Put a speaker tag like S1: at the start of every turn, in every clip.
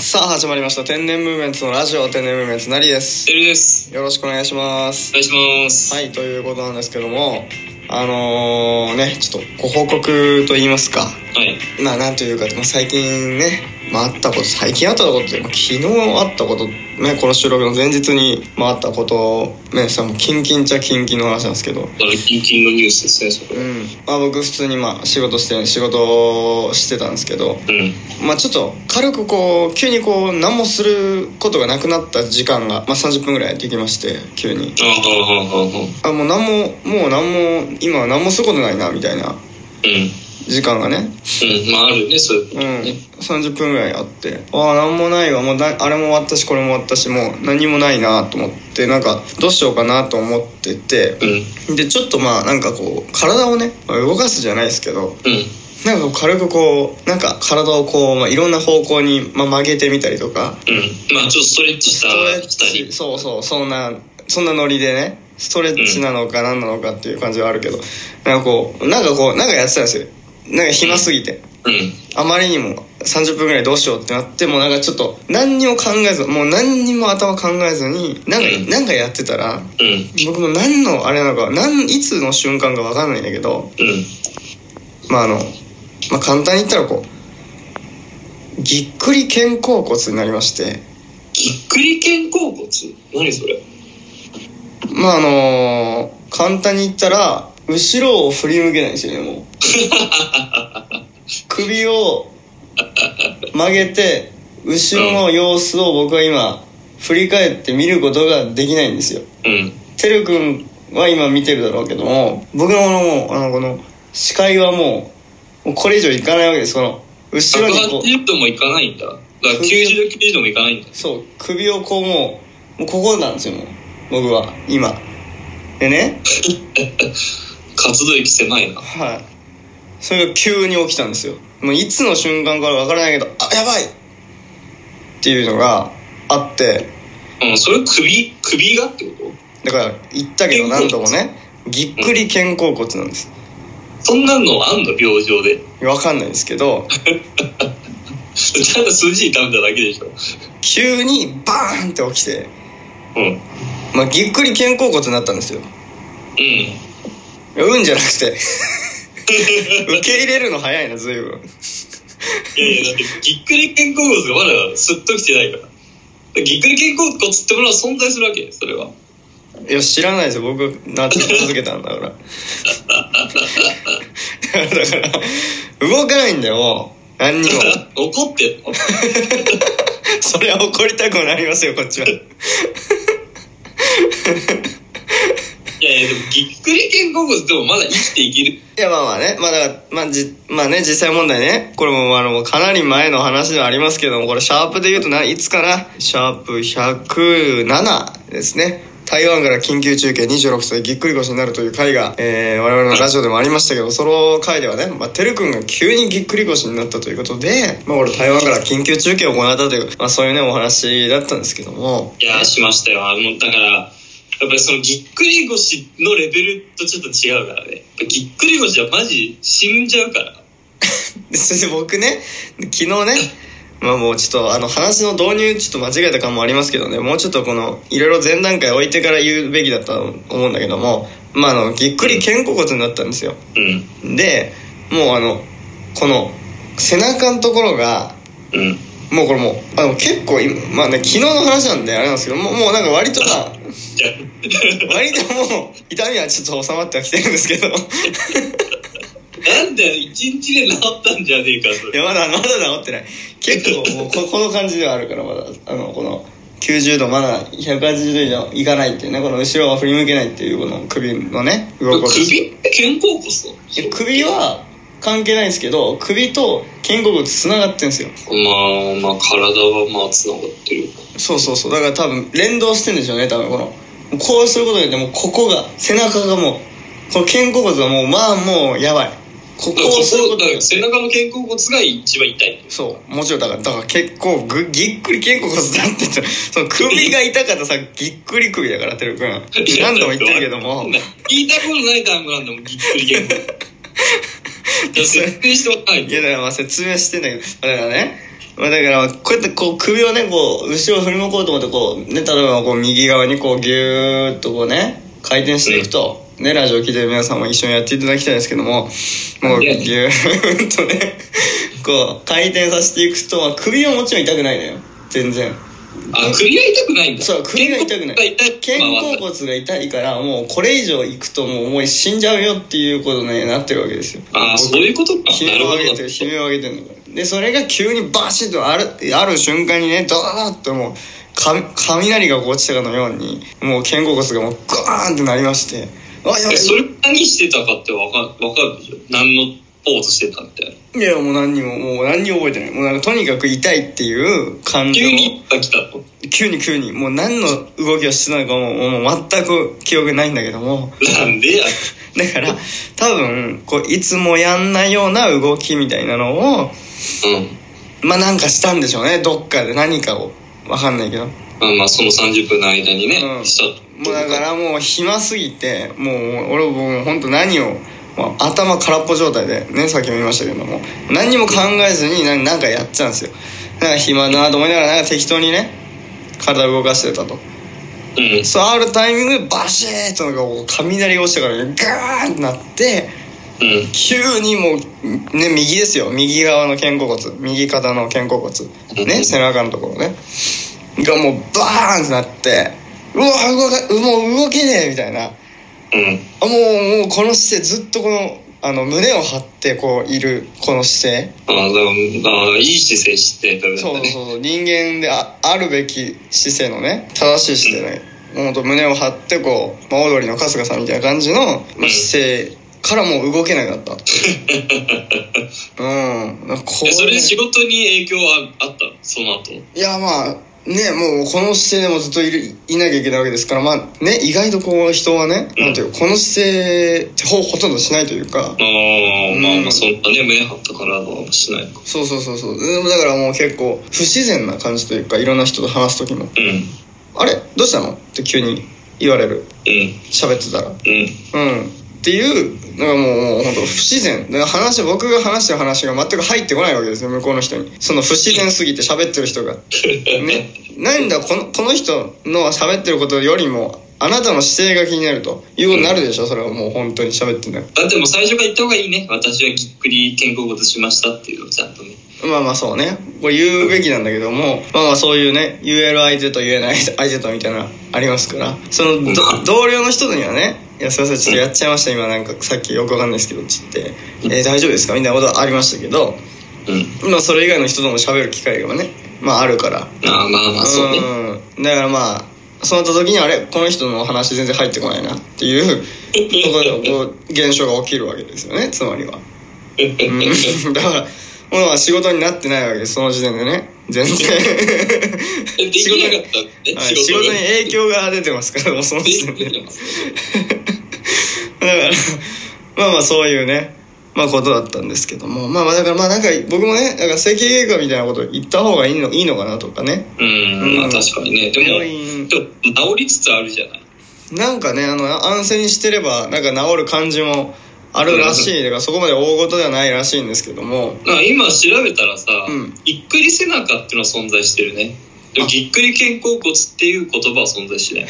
S1: さあ始まりました天然ムーブメンツのラジオ天然ムーブメンツなりです
S2: てるです。
S1: よろしくお願いします
S2: お願いします。
S1: はいということなんですけどもあのーねちょっとご報告と言いますか
S2: はい。
S1: まあなんというか、まあ、最近ね、まあ、あったこと最近あったことって、まあ、昨日あったこと、ね、この収録の前日に、まあ、あったことねさもうキンキンちゃキンキンの話なんですけど
S2: これ、キンキンのニュースですね、そこ
S1: う。んまあ僕普通にまあ仕事して仕事をしてたんですけど
S2: うん。
S1: まあちょっと軽くこう急にこう何もすることがなくなった時間が、まあ、30分ぐらいできまして急に
S2: ああ、はあ、はあ、はあ。
S1: あもう何ももう何も今は何もすることないなみたいな
S2: うん。
S1: 時間がね
S2: うん。まあ、あるね、そういうこ
S1: う
S2: と
S1: ん
S2: ね。
S1: 30分ぐらいあってああ何もないわもうだあれも終わったしこれも終わったしもう何もないなと思ってなんかどうしようかなと思ってて
S2: うん。
S1: でちょっとまあなんかこう体をねまあ動かすじゃないですけど
S2: うん。
S1: なんかこう軽くこうなんか体をこう、まあ、いろんな方向に、まあ、曲げてみたりとか
S2: うん。まあ、ちょっとストレッチしたしたり。
S1: そうそうそんなそんなノリでねストレッチなのか何なのかっていう感じはあるけど、なんかこうなんかこうなんかやってたんですよなんか暇すぎて、
S2: うん。
S1: あまりにも30分ぐらいどうしようってなってもうなんかちょっと何にも考えずもう何にも頭考えずになんか、
S2: うん
S1: なんかやってたら
S2: うん。
S1: 僕も何のあれなのか何いつの瞬間か分かんないんだけど
S2: うん。
S1: まああの、まあ、簡単に言ったらこうぎっくり肩甲骨になりまして
S2: ぎっくり肩甲骨何それ
S1: まああのー簡単に言ったら後ろを振り向けないんですよねもう首を曲げて後ろの様子を僕は今振り返って見ることができないんですよ
S2: うん。
S1: てるくんは今見てるだろうけども僕のもうあのこの視界はもうもうこれ以上いかないわけですこの後ろにこう
S2: 180度もいかないんだ。だから90度、90度もいかないんだ。
S1: そう首をこうもうもうここなんですよもう僕は今でね
S2: 活動域狭いな。
S1: はいそれが急に起きたんですよもういつの瞬間からわからないけどあやばいっていうのがあって
S2: うん。それ首、首がってこと
S1: だから言ったけど
S2: 肩甲
S1: 何
S2: 骨
S1: 度もねぎっくり肩甲骨なんです
S2: そんなのあんの病状で。
S1: わかんないですけど
S2: ただ筋痛めただけでしょ。
S1: 急にバーンって起きて、
S2: うん。うん。
S1: まあ、ぎっくり肩甲骨になったんですよいや運じゃなくて受け入れるの早いな随分
S2: いやいや、だって、 ぎっくり肩甲骨がまだすっときてないから。ぎっくり肩甲骨ってものは存在するわけそれは。
S1: いや知らないですよ僕なって続けたんだからだから動かないんだよもう何にも
S2: 怒ってんの
S1: それは怒りたくもなりますよこっちはい
S2: やいや、でも、ぎっくり肩甲骨でもまだ生きていける。
S1: いやまあまあねまあだからまあじまあね実際問題ねこれもあのかなり前の話ではありますけどもこれシャープで言うとないつかなシャープ107ですね台湾から緊急中継26歳ぎっくり腰になるという回が、えー我々のラジオでもありましたけどその回ではね、まあ、てるくんが急にぎっくり腰になったということで、まあ、これ台湾から緊急中継を行ったという、まあ、そういうねお話だったんですけども
S2: いや、しましたよ。あの、だから、やっぱりそのぎっくり腰のレベルとちょっと違うからね。やっぱぎっくり腰はマジ死んじゃうから。
S1: でそれで僕ね昨日ねまあもうちょっとあの話の導入ちょっと間違えた感もありますけどねもうちょっとこのいろいろ前段階置いてから言うべきだったと思うんだけどもまああのぎっくり肩甲骨になったんですよ
S2: うん。
S1: でもうあのこの背中のところが
S2: うん。
S1: もうこれもうあの結構今まあね昨日の話なんであれなんですけどもうもうなんか割とさ
S2: じゃあ
S1: 割ともう痛みはちょっと収まってはきてるんですけど
S2: なんだよ、一日で治ったんじゃねえか、そ
S1: い
S2: れ。
S1: やまだまだ治ってない結構もうこ この感じではあるからまだあのこの90度まだ180度以上いかないっていうねこの後ろは振り向けないっていうこの首のね動き
S2: 首って肩甲骨
S1: いや首は関係ないんですけど首と肩甲骨つながってるんですよ
S2: まあ、まあ、体はまあ、繋がってる。
S1: そうそうそうだから多分連動してんでしょうね多分このこうすることによってもうここが背中がもうこの肩甲骨がもうまあもうやばいここをすることによって
S2: 背中の肩甲骨が一番痛い
S1: そうもちろんだからだから結構ぐぎっくり肩甲骨だって言った その首が痛かったさぎっくり首だからてるくん 何度も言ってるけども
S2: 聞いたことない単語なんだもんぎっくり肩 甲骨いや説明してわかんない
S1: いやだからまあ説明してんだけどだからねまあだから、こうやってこう首をね、こう、後ろ振り向こうと思って、こう、ね、例えばこう右側にこうギューッとこうね、回転していくと、ね、ラジオ聞いてる皆さんも一緒にやっていただきたいですけども、もうギューッとね、こう、回転させていくと、まあ首はもちろん痛くないのよ。全然。
S2: あ、首が痛くないんだ。
S1: そう、首が痛くない。肩
S2: 肩
S1: 甲
S2: 甲骨が痛い。
S1: 骨が痛いから、もうこれ以上行くともうもう死んじゃうよっていうことになってるわけですよ。
S2: ああ、そういうことか。な
S1: 悲鳴
S2: る
S1: を
S2: ほ
S1: 上げて
S2: ど
S1: る。悲鳴を上げてるのからでそれが急にバシッとあるある瞬間にねドーッともうか雷が落ちたかのようにもう肩甲骨がもうガーンってなりましてあや
S2: えそ
S1: べ
S2: れ何してたかってわかわかるでしょ何のポーズしてたみたい
S1: い
S2: な。
S1: やもう何にももう何にも覚えてないもうなんかとにかく痛いっていう感情
S2: 急に来た の。
S1: 急に急にもう何の動きをしてたのかももう全く記憶ないんだけども
S2: なんでや。
S1: だから多分こういつもやんないような動きみたいなのを
S2: うん。
S1: まあなんかしたんでしょうねどっかで何かをわかんないけど
S2: まあまあ、その30分の間にね、
S1: うん
S2: した
S1: もうだからもう暇すぎてもう俺はもう本当何を、まあ、頭空っぽ状態でねさっきも言いましたけども何にも考えずに何何かやっちゃうんですよなんか暇だなと思いながらなんか適当にね体を動かしてたと
S2: うん。
S1: そうあるタイミングでバシーッとなんかこう雷が落ちてからねガーンってなって
S2: うん。
S1: 急にもうね右ですよ右側の肩甲骨右肩の肩甲骨
S2: う
S1: ね
S2: ん
S1: 背中のところねがもうバーンってなってうわ動かもう動けねえみたいな
S2: うん。
S1: あもうもうこの姿勢ずっとこのあの胸を張ってこういるこの姿勢
S2: ああ、だから、ああいい姿勢してたんだ
S1: そうそう
S2: ね。
S1: そう人間でああるべき姿勢のね正しい姿勢ねもうほんと胸を張ってこうオードリーの春日さんみたいな感じのまあ姿勢からもう動けなくなったうんなんかこう
S2: え
S1: ね
S2: それで仕事に影響はあったのその後。
S1: いやまあねもうこの姿勢でもずっといるいなきゃいけないわけですからまあね意外とこう人はね、
S2: うん
S1: なんていうかこの姿勢ってほほとんどしないというか
S2: ああ、
S1: うん
S2: まあまあ、そんなね、胸張ったからはしないか。
S1: そうそうそうそうでもだからもう結構不自然な感じというかいろんな人と話す時も
S2: うん。うん。
S1: 「あれどうしたの?」って急に言われる喋ってたら
S2: うん。
S1: うんっていうなんかもうもう本当不自然だから話僕が話してる話が全く入ってこないわけですよ向こうの人にその不自然すぎて喋ってる人がねなんだこのこの人の喋ってることよりもあなたの姿勢が気になるということになるでしょそれはもう本当に喋ってない
S2: だってもう最初から言った方がいいね。私はぎっくり肩甲骨しましたっていうのをちゃんとね。
S1: まあまあそうねこれ言うべきなんだけどもまあまあそういうね言える相手と言えない相手とみたいなのありますからそのど同僚の人にはね「いやすいませんちょっとやっちゃいました今なんかさっきよくわかんないですけど」っつって「えー大丈夫ですか?」みたいなことはありましたけど
S2: うん。
S1: まあそれ以外の人とも喋る機会がねまああるから
S2: ああ、まあまあ、そうね。
S1: うんだからまあそうなった時にあれこの人の話全然入ってこないなっていうことでこう現象が起きるわけですよね つまりは、うん、だからもうまあ仕事になってないわけですその時点でね全然
S2: えできなかったって、
S1: はい仕事に影響が出てますからもうその時点でだからまあまあそういうねまあことだったんですけどもまあまあだからまあなんか僕もねだから整形外科みたいなこと言った方がいいのいいのかなとかね
S2: うん、まあ確かにね。で
S1: 病
S2: も、
S1: 院
S2: ちょっと治りつつあるじゃない。
S1: なんかねあの安静にしてればなんか治る感じもあるらしいだからそこまで大事ではないらしいんですけども
S2: まあ今調べたらさ、
S1: うん
S2: ぎっくり背中っていうのは存在してるね。でもぎっくり肩甲骨っていう言葉は存在しない。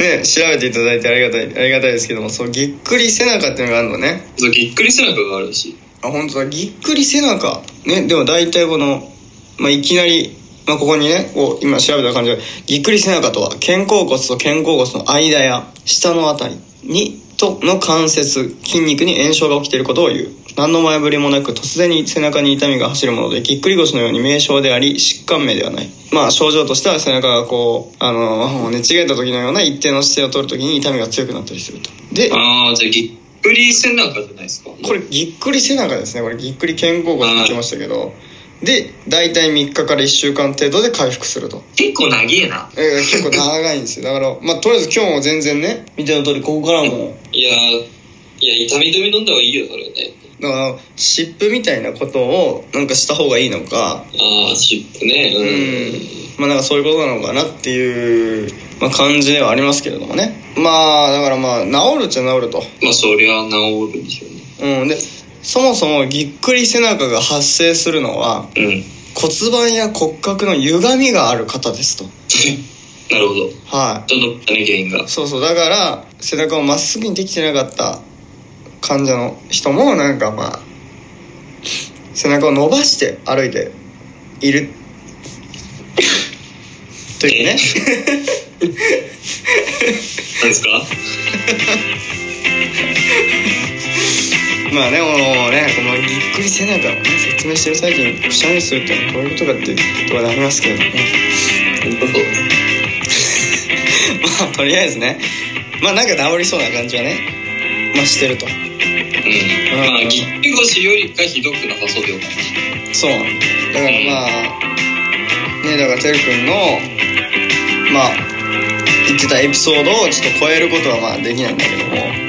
S1: ね調べていただいてありがたいありがたいですけどもそうぎっくり背中っていうのがあるのね
S2: そうぎっくり背中があるし。
S1: あ本当だぎっくり背中ねでも大体この、まあ、いきなり、まあ、ここにねこう今調べた感じでぎっくり背中とは肩甲骨と肩甲骨の間や下のあたりにとの関節筋肉に炎症が起きていることを言う何の前触れもなく突然に背中に痛みが走るものでぎっくり腰のように名称であり疾患名ではないまあ症状としては背中がこうあのねちげった時のような一定の姿勢を取る時に痛みが強くなったりするとで
S2: ああ、じゃあぎっくり背中じゃないですか。
S1: これぎっくり背中ですねこれぎっくり肩甲骨ってきましたけどで大体3日から1週間程度で回復すると、
S2: 結構長えな。
S1: えー結構長いんですよだからまあとりあえず今日も全然ね見ての通りここからも
S2: いやー、いや、痛み止め飲んだ方がいいよ、それね。
S1: だから湿布みたいなことをなんかした方がいいのか
S2: ああ、シップね。
S1: う
S2: う
S1: んま
S2: ん。
S1: あなんかそういうことなのかなっていう、まあ、感じではありますけれどもねまあだからまあ治るっちゃ治ると
S2: まあ、そりゃ治るんでしょうね。
S1: うんでそもそもぎっくり背中が発生するのは
S2: うん。
S1: 骨盤や骨格の歪みがある方ですと
S2: なるほど。
S1: は
S2: どの種原因が。
S1: いそうそうだから背中をまっすぐにできてなかった患者の人もなんかまあ背中を伸ばして歩いているというね
S2: なんですか
S1: まあね、このね、このぎっくり背中をね、説明してる最中にくしゃみするってのはこういうことかっていうことがありますけどね。 まあ、とりあえずね、まあなんか治りそうな感じはね、まあしてると。
S2: うん。まあ、ぎっくり腰よりかひどくなさそうでよかっ
S1: そう。だからまあ、ね、だからてるくんの、まあ、言ってたエピソードをちょっと超えることはまあできないんだけども、